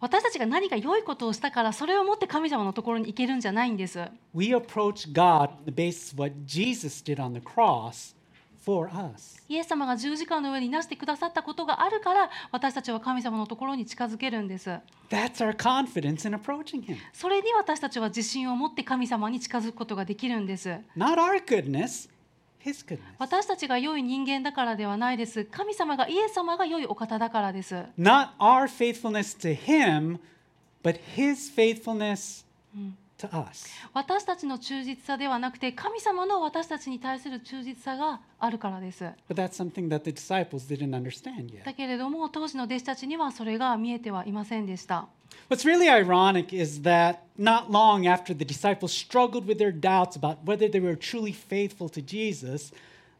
私たちが何か良いことをしたからそれを持って神様のところに行けるんじゃないんです We approach God on the basis of what Jesus did on the cross for us. イエス様が十字架の上になしてくださったことがあるから私たちは神様のところに近づけるんです That's our confidence in approaching him. それに私たちは自信を持って神様に近づくことができるんです Not our goodness, his goodness. 私たちが良い人間だからではないです神様がイエス様が良いお方だからです Not our faithfulness to him, but his faithfulness to us. 私たちの忠実さではなくて神様の私たちに対する忠実さがあるからです But that's something that the disciples didn't understand だ yet. けれども当時の弟子たちにはそれが見えてはいませんでした What's really ironic is that not long after the disciples struggled with their doubts about whether they were truly faithful to Jesus,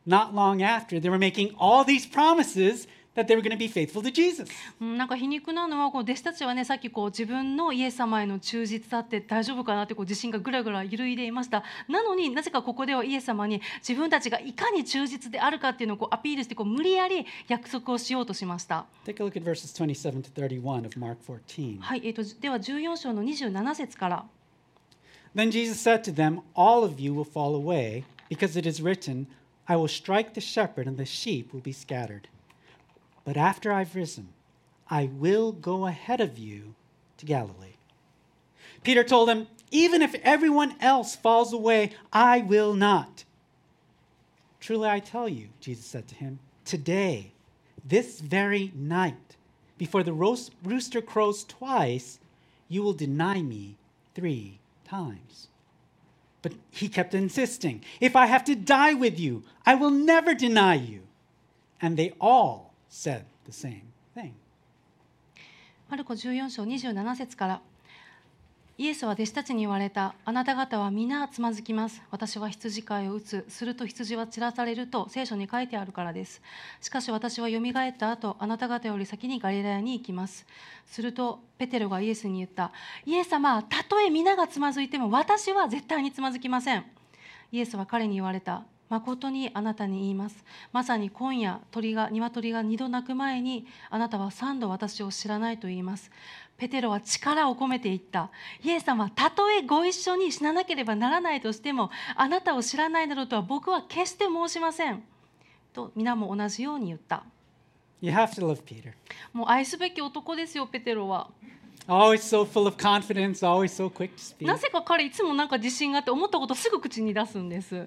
not long after, they were making all these promises that they were going to be faithful to Jesus. うんなんか皮肉なのはこう弟子たちはねさっきこう自分のイエス様への忠実さって大丈夫かなってこう自信がぐらぐら揺るいでいましたなのになぜかここではイエス様に自分たちがいかに忠実であるかっていうのをこうアピールしてこう無理やり約束をしようとしました、 Take a look at verses 27 to 31 of Mark 14. はいえー、とでは14章の27節から。 Then Jesus said to them, All of you will fall away, because it is written, I will strike the shepherd, and the sheep will be scattered. But after I've risen, I will go ahead of you to Galilee. Peter told him, Even if everyone else falls away, I will not. Truly I tell you, Jesus said to him, today, this very night, before the roos- rooster crows twice, you will deny me three times. But he kept insisting, If I have to die with you, I will never deny you. And they all said the same thing. マルコ14章27節からイエスは弟子たちに言われた。あなた方は皆つまずきます。私は羊飼いを打つ。すると羊は散らされると聖書に書いてあるからです。しかし私はよみがえった後、あなた方より先にガリラヤに行きます。するとペテロがイエスに言った。イエス様、たとえ皆がつまずいても私は絶対につまずきません。イエスは彼に言われた。誠にあなたに言います。まさに今夜、鳥が鶏が二度鳴く前に、あなたは三度私を知らないと言います。ペテロは力を込めて言った。イエス様、たとえご一緒に死ななければならないとしても、あなたを知らないなどとは僕は決して申しません。と皆も同じように言った。 You have to love Peter. もう愛すべき男ですよ、ペテロは。 Always so full of confidence, always so quick to speak. なぜか彼いつもなんか自信があって思ったことすぐ口に出すんです。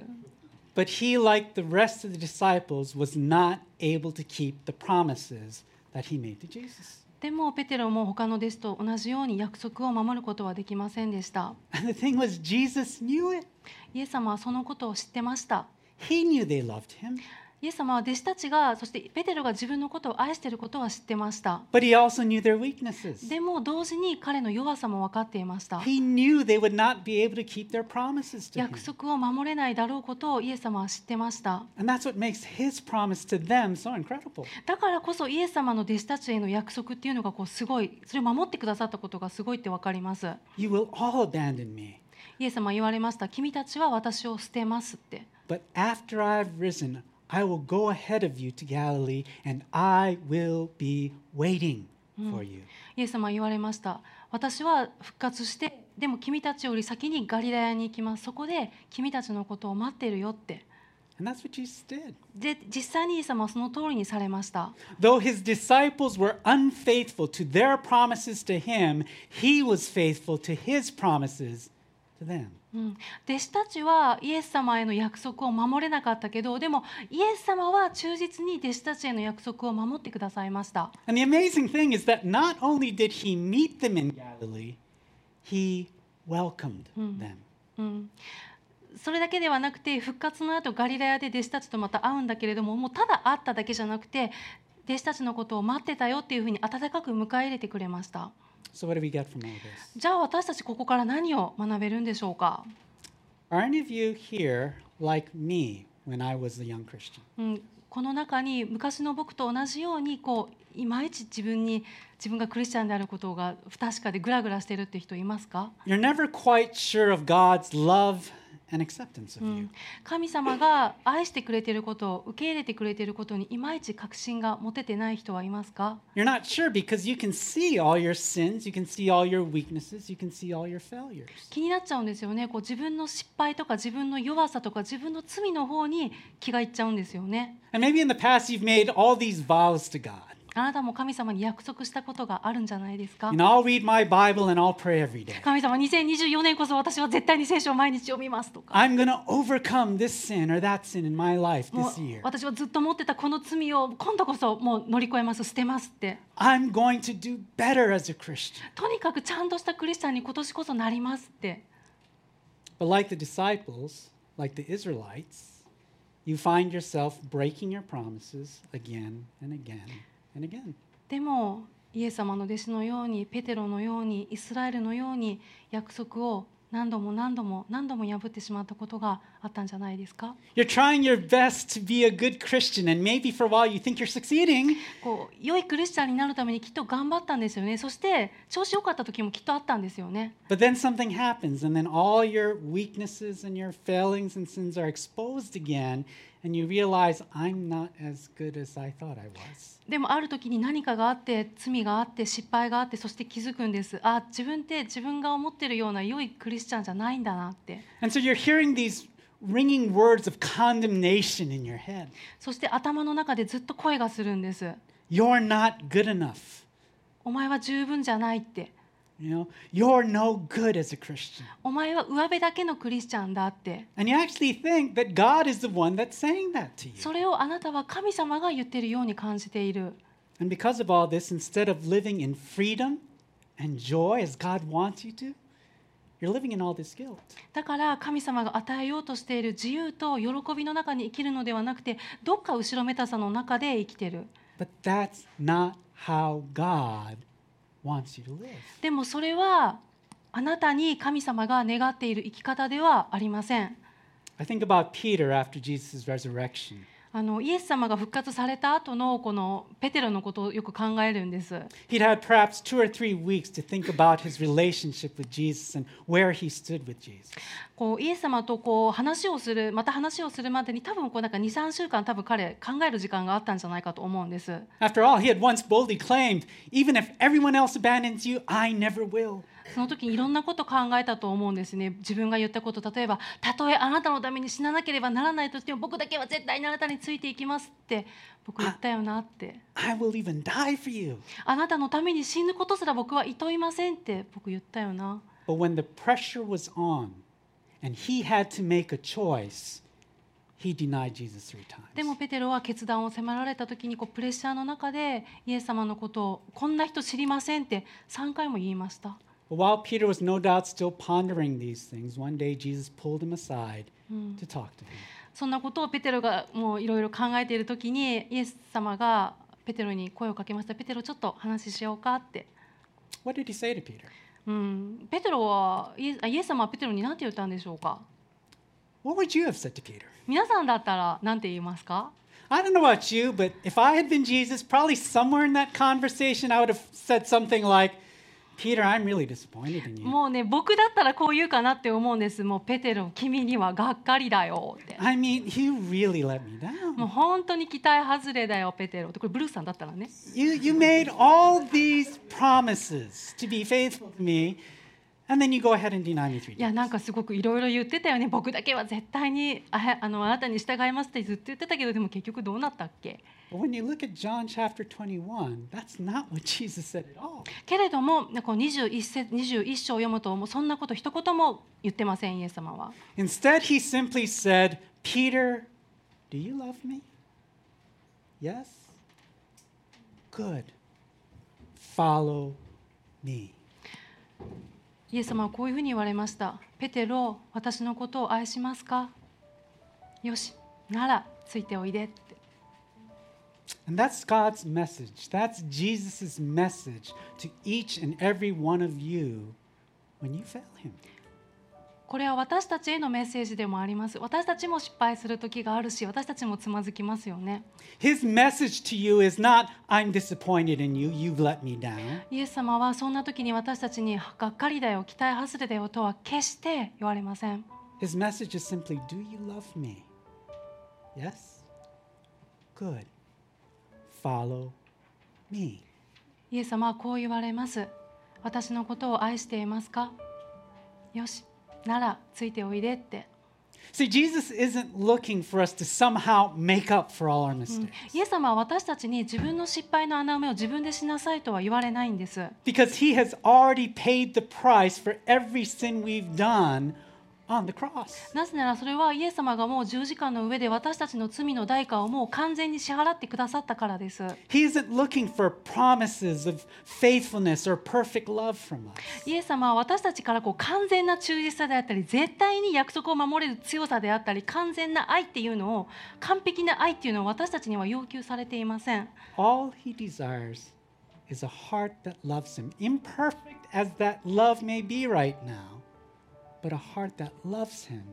But he, like the rest of the disciples, was not able to keep the promises that he made to Jesus. でもペテロも他の弟子と同じように約束を守ることはできませんでした。 And the thing was, Jesus knew it. イエス様はそのことを知ってました。 He knew they loved him, イエス様は弟子たちがそしてペテロが自分のことを愛していることは知ってました。 but he also knew their weaknesses. でも同時に彼の弱さも分かっていました。 He knew they would not be able to keep their promises to him. 約束を守れないだろうことをイエス様は知ってました。 And that's what makes his promise to them so incredible. だからこそイエス様の弟子たちへの約束っていうのがこうすごい、それを守ってくださったことがすごいって分かります。 You will all abandon me, イエス様は言われました。君たちは私を捨てますって。 but after I have risen, I will go ahead of you to Galilee, and I will be waiting for you. イエス様は言われました。私は復活して、でも君たちより先にガリラヤに行きます。そこで君たちのことを待ってるよって。 And that's what Jesus did. で実際にイエス様はその通りにされました。 Though his disciples were unfaithful to their promises to him, he was faithful to his promises to them. うん、弟子たちはイエス様への約束を守れなかったけどでもイエス様は忠実に弟子たちへの約束を守ってくださいました。 And the amazing thing is that not only did he meet them in Galilee, he welcomed them. うんそれだけではなくて復活の後ガリラヤで弟子たちとまた会うんだけれどももうただ会っただけじゃなくて弟子たちのことを待ってたよっていうふうに温かく迎え入れてくれました。 So, what do we get from all this? じゃあ私たちここから何を学べるんでしょうか、 Are any of you here like me when I was a young Christian? うん、この中に昔の僕と同じようにこういまいち自分に自分がクリスチャンであることが不確かでグラグラしてるって人いますか、 You're never quite sure of God's love and acceptance of う you. ん、神様が愛してくれてることを受け入れてくれてることにいまいち確信が持ててない人はいますか You're not sure because you can see all your sins, you can see all your weaknesses, you can see all your failures. 気になっちゃうんですよねこう自分の失敗とか自分の弱さとか自分の罪の方に気がいっちゃうんですよね And maybe in the past you've made all these vows to God. あなたも神様に約束したことがあるんじゃないですか And I'll read my Bible and I'll pray every day. 神様2024年こそ私は絶対に聖書を毎日読みますとか I'm going to overcome this sin or that sin in my life もう this year. 私はずっと持ってたこの罪を今度こそもう乗り越えます捨てますって I'm going to do better as a Christian. とにかくちゃんとしたクリスチャンに今年こそなりますって But like the disciples, like the Israelites, you find yourself breaking your promises again and again and again. でもイエス様の弟子のようにペテロのようにイスラエルのように約束を何度も何度も何度も破ってしまったことがあったんじゃないですか You're trying your best to be a good Christian, and maybe for a while you think you're succeeding, こう良いクリスチャンになるためにきっと頑張ったんですよねそして調子良かった時もきっとあったんですよね but then something happens, and then all your weaknesses and your failings and sins are exposed again, and you realize I'm not as good as I thought I was. でもある時に何かがあって罪があって失敗があってそして気づくんですあ自分って自分が思ってるような良いクリスチャンじゃないんだなって And so you're hearing these ringing words of condemnation in your head. そして頭の中でずっと声がするんです You're not good enough. お前は十分じゃないって You know, you're no good as a Christian. お前は上辺だけのクリスチャンだって And you actually think that God is the one that's saying that to you. それをあなたは神様が言ってるように感じている and because of all this, instead of living in freedom and joy as God wants you to, you're living in all this guilt. だから神様が与えようとしている自由と喜びの中に生きるのではなくてどっか後ろめたさの中で生きてる But that's not how God wants you to live. でもそれはあなたに神様が願っている生き方ではありません I think about Peter after Jesus' resurrection. あのイエス様が復活された後のこのペテロのことをよく考えるんです He'd had perhaps two or three weeks to think about his relationship with Jesus and where he stood with Jesus. こうイエス様とこう話をするまた話をするまでに多分こうなんか23週間多分彼考える時間があったんじゃないかと思うんです After all, he had once boldly claimed, Even if everyone else abandons you, I never will. その時にいろんなこと考えたと思うんですね自分が言ったこと例えばたとえあなたのために死ななければならないとしても僕だけは絶対にあなたについていきますって僕言ったよなって I will even die for you. あなたのために死ぬことすら僕はいといませんって僕言ったよな But when the pressure was on and he had to make a choice, he denied Jesus three でも times. ペテロは決断を迫られた時にこうプレッシャーの中でイエス様のことをこんな人知りませんって3回も言いました But while Peter was no doubt still pondering these things, one day Jesus pulled him aside to talk to him. そんなことをペテロがもういろいろ考えている時にイエス様がペテロに声をかけましたペテロちょっと話ししようかって、 What did he say to Peter? うん、ペテロはイエスあイエス様はペテロに何て言ったんでしょうか What would you have said to Peter? 皆さんだったら何て言いますか I don't know about you, but if I had been Jesus, probably somewhere in that conversation, I would have said something like, Peter, I'm really disappointed in you. もうね僕だったらこう言うかなって思うんですもうペテロ君にはがっかりだよって I mean, you really let me も down. う本当に期待外れだよペテロってこれブルースさんだったらね You, you made all these promises to be faithful to me, and then you go ahead and deny me three いや times. なんかすごくいろいろ言ってたよね僕だけは絶対にあへあのあなたに従いますってずっと言ってたけどでも結局どうなったっけ But when you look at John chapter 21, that's not what (laughs) Jesus said at all. けれどもこう 21, 節21章を読むともうそんなこと一言も言ってませんイエス様は Instead, he simply said, Peter, do you love me? Yes? Good. Follow me. イエス様はこういうふうに言われましたペテロ私のことを愛しますかよしならついておいでって And that's God's message. That's Jesus' message to each and every one of you when you fail Him. これは私たちへのメッセージでもあります私たちも失敗する時があるし私たちもつまずきますよね His message to you is not, I'm disappointed in you, you've let me down. イエス様はそんな時に私たちにがっかりだよ期待外れだよとは決して言われません His message is simply, Do you love me? Yes? Good. Follow me. イエス様はこう言われます私のことを愛していますかよしならついておいでって See, Jesus isn't looking for us to somehow make up for all our mistakes イエス様は私たちに自分の失敗の穴埋めを自分でしなさいとは言われないんです because he has already paid the price for every sin we've done on the cross. なぜならそれはイエス様がもう十字架の上で私たちの罪の代価をもう完全に支払ってくださったからです He isn't looking for promises of faithfulness or perfect love from us. イエス様は私たちからこう完全な忠実さであったり絶対に約束を守れる強さであったり完全な愛っていうのを完璧な愛っていうのを私たちには要求されていません All he desires is a heart that loves him, imperfect as that love may be right now, but a heart that loves him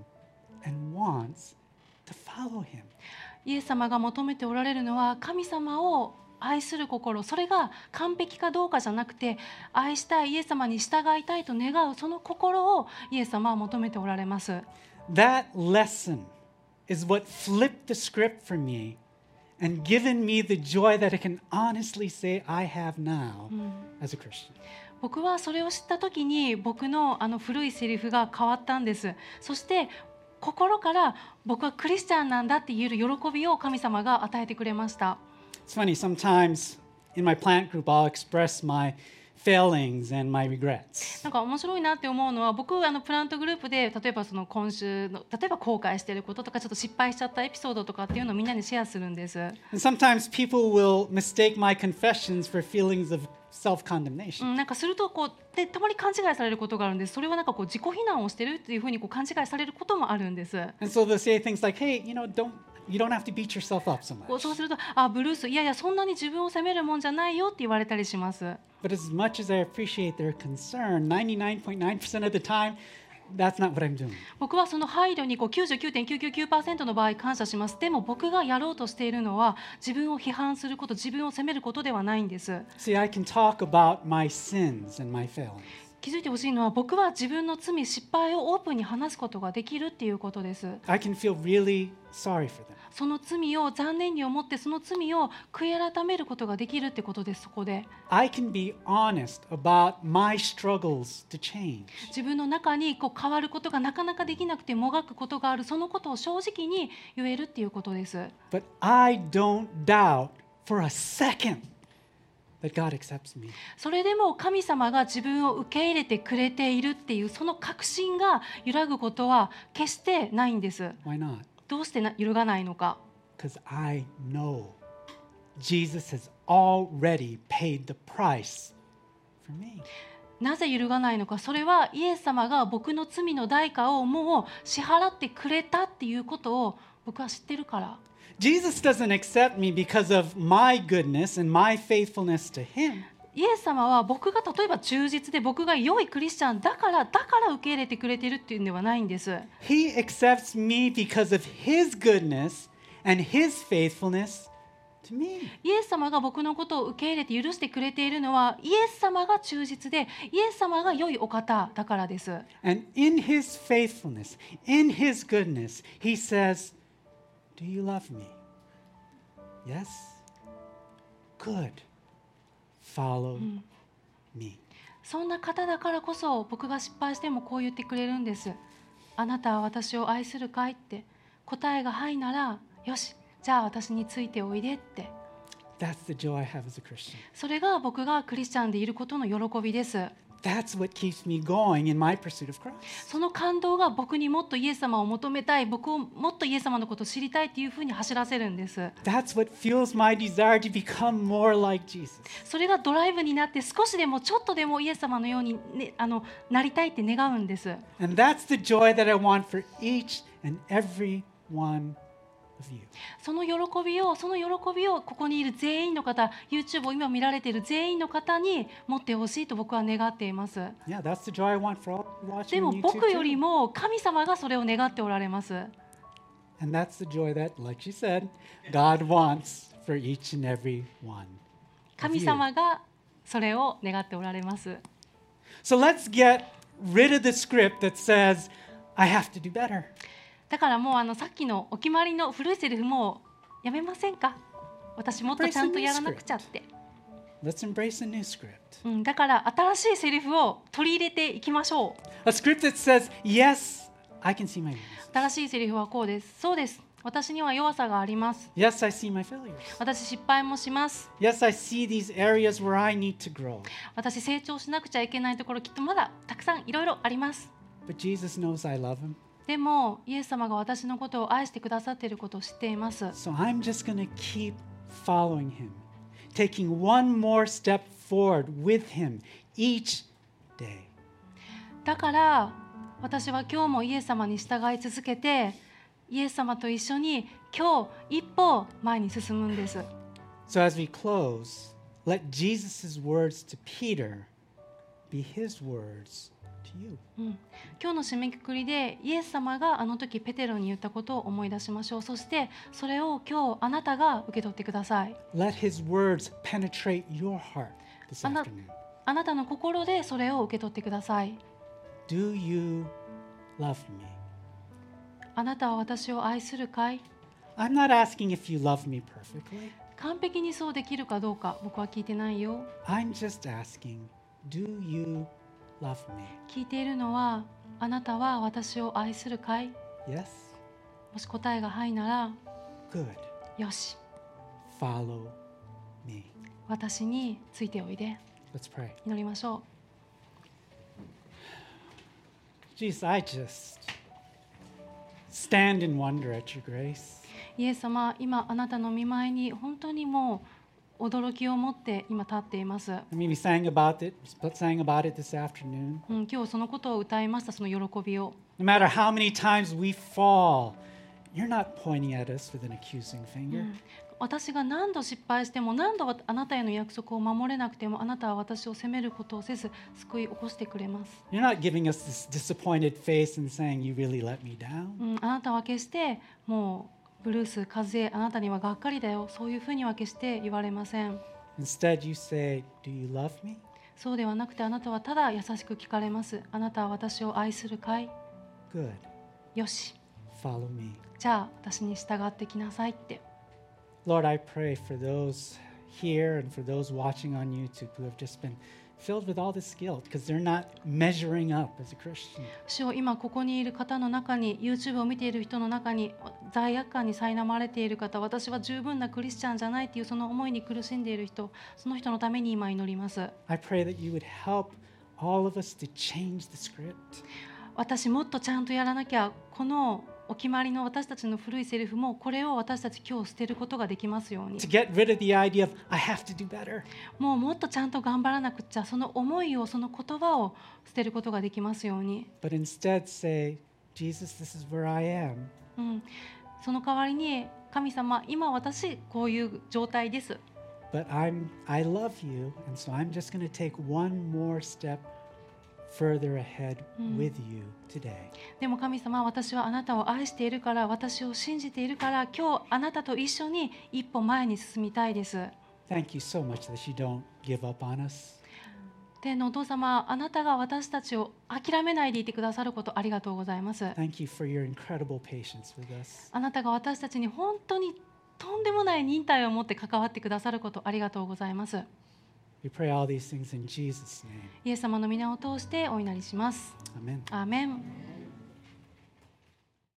and wants to follow him. イエス様が求めておられるのは神様を愛する心それが完璧かどうかじゃなくて愛したいイエス様に従いたいと願うその心をイエス様は求めておられます That lesson is what flipped the script for me and given me the joy that I can honestly say I have now as a Christian. 僕はそれを知った時に僕のあの古いセリフが変わったんですそして心から僕はクリスチャンなんだって言える喜びを神様が与えてくれました It's funny, sometimes in my plant group, I'll express my failings and my regrets. なんか面白いなって思うのは僕あのプラントグループで例えばその今週の例えば後悔してることとかちょっと失敗しちゃったエピソードとかっていうのをみんなにシェアするんです And sometimes people will mistake my confessions for feelings of self う condemnation. んなんかするとこうでたまに勘違いされることがあるんですそれはなんかこう自己非難をしてるっていうふうにこう勘違いされることもあるんです And so they'll say things like, hey, you know, don't, You don't have to beat yourself up so こう much. そうすると「あブルースいやいやそんなに自分を責めるもんじゃないよ」って言われたりします But as much as I appreciate their concern, 99.9% of the time, that's not what I'm doing. 僕はその配慮にこう99.999%の場合感謝しますでも僕がやろうとしているのは自分を批判すること自分を責めることではないんです See, I can talk about my sins and my failings. 気づいてほしいのは僕は自分の罪失敗をオープンに話すことができるっていうことです I can feel really sorry for them. その罪を残念に思ってその罪を悔い改めることができるってことですそこで I can be honest about my struggles to change. 自分の中にこう変わることがなかなかできなくてもがくことがあるそのことを正直に言えるっていうことです But I don't doubt for a second that God accepts me. それでも神様が自分を受け入れてくれているっていうその確信が揺らぐことは決してないんです Why not? どうしてな揺るがないのか Because I know Jesus has already paid the price for me. なぜ揺るがないのかそれはイエス様が僕の罪の代価をもう支払ってくれたっていうことを僕は知ってるから Jesus doesn't accept me because of my goodness and my faithfulness to Him. イエス様は僕が例えば忠実で僕が良いクリスチャンだからだから受け入れてくれてるっていうんではないんです He accepts me because of His goodness and His faithfulness to me. イエス様が僕のことを受け入れて許してくれているのはイエス様が忠実でイエス様が良いお方だからです And in His faithfulness, in His goodness, He says, Do you love me? Yes? Good. Follow me. そんな方だからこそ僕が失敗してもこう言ってくれるんですあなたは私を愛するかいって答えがはいならよしじゃあ私についておいでって That's the joy I have as a Christian. それが僕がクリスチャンでいることの喜びです That's what keeps me going in my pursuit of Christ. その感動が僕にもっとイエス様を求めたい僕をもっとイエス様のことを知りたいっていうふうに走らせるんです That's what fuels my desire to become more like Jesus. それがドライブになって少しでもちょっとでもイエス様のように、ね、あのなりたいって願うんです And that's the joy that I want for each and every one of you. その喜びをその喜びをここにいる全員の方 YouTube を今見られている全員の方に持ってほしいと僕は願っています Yeah, that's the joy I want for all you で watching も on 僕よ YouTube. り Too. も神様がそれを願っておられます And that's the joy that, like you said, God wants for each and every one. 神様がそれを願っておられます So let's get rid of the script that says, I have to do better. だからもうあのさっきのお決まりの古いセリフもうやめませんか私もっとちゃんとやらなくちゃって、 Let's embrace a new script. うん、だから新しいセリフを取り入れていきましょう A script that says, Yes, I can see my weaknesses. 新しいセリフはこうですそうです私には弱さがあります Yes, I see my failures. 私失敗もします Yes, I see these areas where I need to grow. 私成長しなくちゃいけないところきっとまだたくさんいろいろあります But Jesus knows I love him. でもイエス様が私のことを愛してくださっていることを知っています So I'm just going to keep following him, taking one more step forward with him each day. だから私は今日もイエス様に従い続けてイエス様と一緒に今日一歩前に進むんです So as we close, let Jesus' words to Peter be his words to you. 今日の締めくくりでイエス様があの時ペテロに言ったことを思い出しましょうそしてそれを今日あなたが受け取ってください Let his words penetrate your heart this I'm not- afternoon. あなたの心でそれを受け取ってください Do you love me? あなたは私を愛するかい I'm not asking if you love me perfectly. 完璧にそうできるかどうか僕は聞いてないよ I'm just asking, do you love me? 聞いているのはあなたは私を愛するかい Yes? もし答えがはいな Good. らよし Follow me. 私についておいで Let's pray. 祈りましょ Jesus, I just stand in wonder at your grace. うイエス様今あなたの見舞いに本当にもう驚きを持って今立っています、 I mean, we sang about it, sang about it this afternoon. うん、今日そのことを歌いましたその喜びを No matter how many times we fall You're not pointing at us with an accusing finger. 私が何度失敗しても何度あなたへの約束を守れなくてもあなたは私を責めることをせず救い起こしてくれます、 You're not giving us this disappointed face and saying, You really let me down. うん、あなたは決してもうブルース和江あなたにはがっかりだよそういうふうには決して言われません Instead, you say, Do you love me? そうではなくてあなたはただ優しく聞かれますあなたは私を愛するかい Good. よし Follow me. じゃあ私に従ってきなさいって Lord, I pray for those here and for those watching on YouTube who have just been filled with all this guilt because they're not measuring up as a Christian. 主を今ここにいる方の中に YouTube を見ている人の中に罪悪感に苛まれている方私は十分なクリスチャンじゃないっていうその思いに苦しんでいる人その人のために今祈ります I pray that you would help all of us to change the script. 私もっとちゃんとやらなきゃこのお決まりの私たちの古いセリフもこれを私たち今日捨てることができますように To get rid of the idea of, I have to do better. もうもっとちゃんと頑張らなくっちゃその思いをその言葉を捨てることができますように、 But instead say, Jesus, this is where I am. うん、その代わりに神様今私こういう状態です But I'm I love you, and so I'm just going to take one more step further ahead with you today. でも神様私はあなたを愛しているから私を信じているから今日あなたと一緒に一歩前に進みたいです Thank you so much that you don't give up on us. 天のお父様あなたが私たちを諦めないでいてくださることありがとうございます Thank you for your incredible patience with us. あなたが私たちに本当にとんでもない忍耐を持って関わってくださることありがとうございます We pray all these things in Jesus' name. イエス様の皆を通してお祈りします Amen. アーメン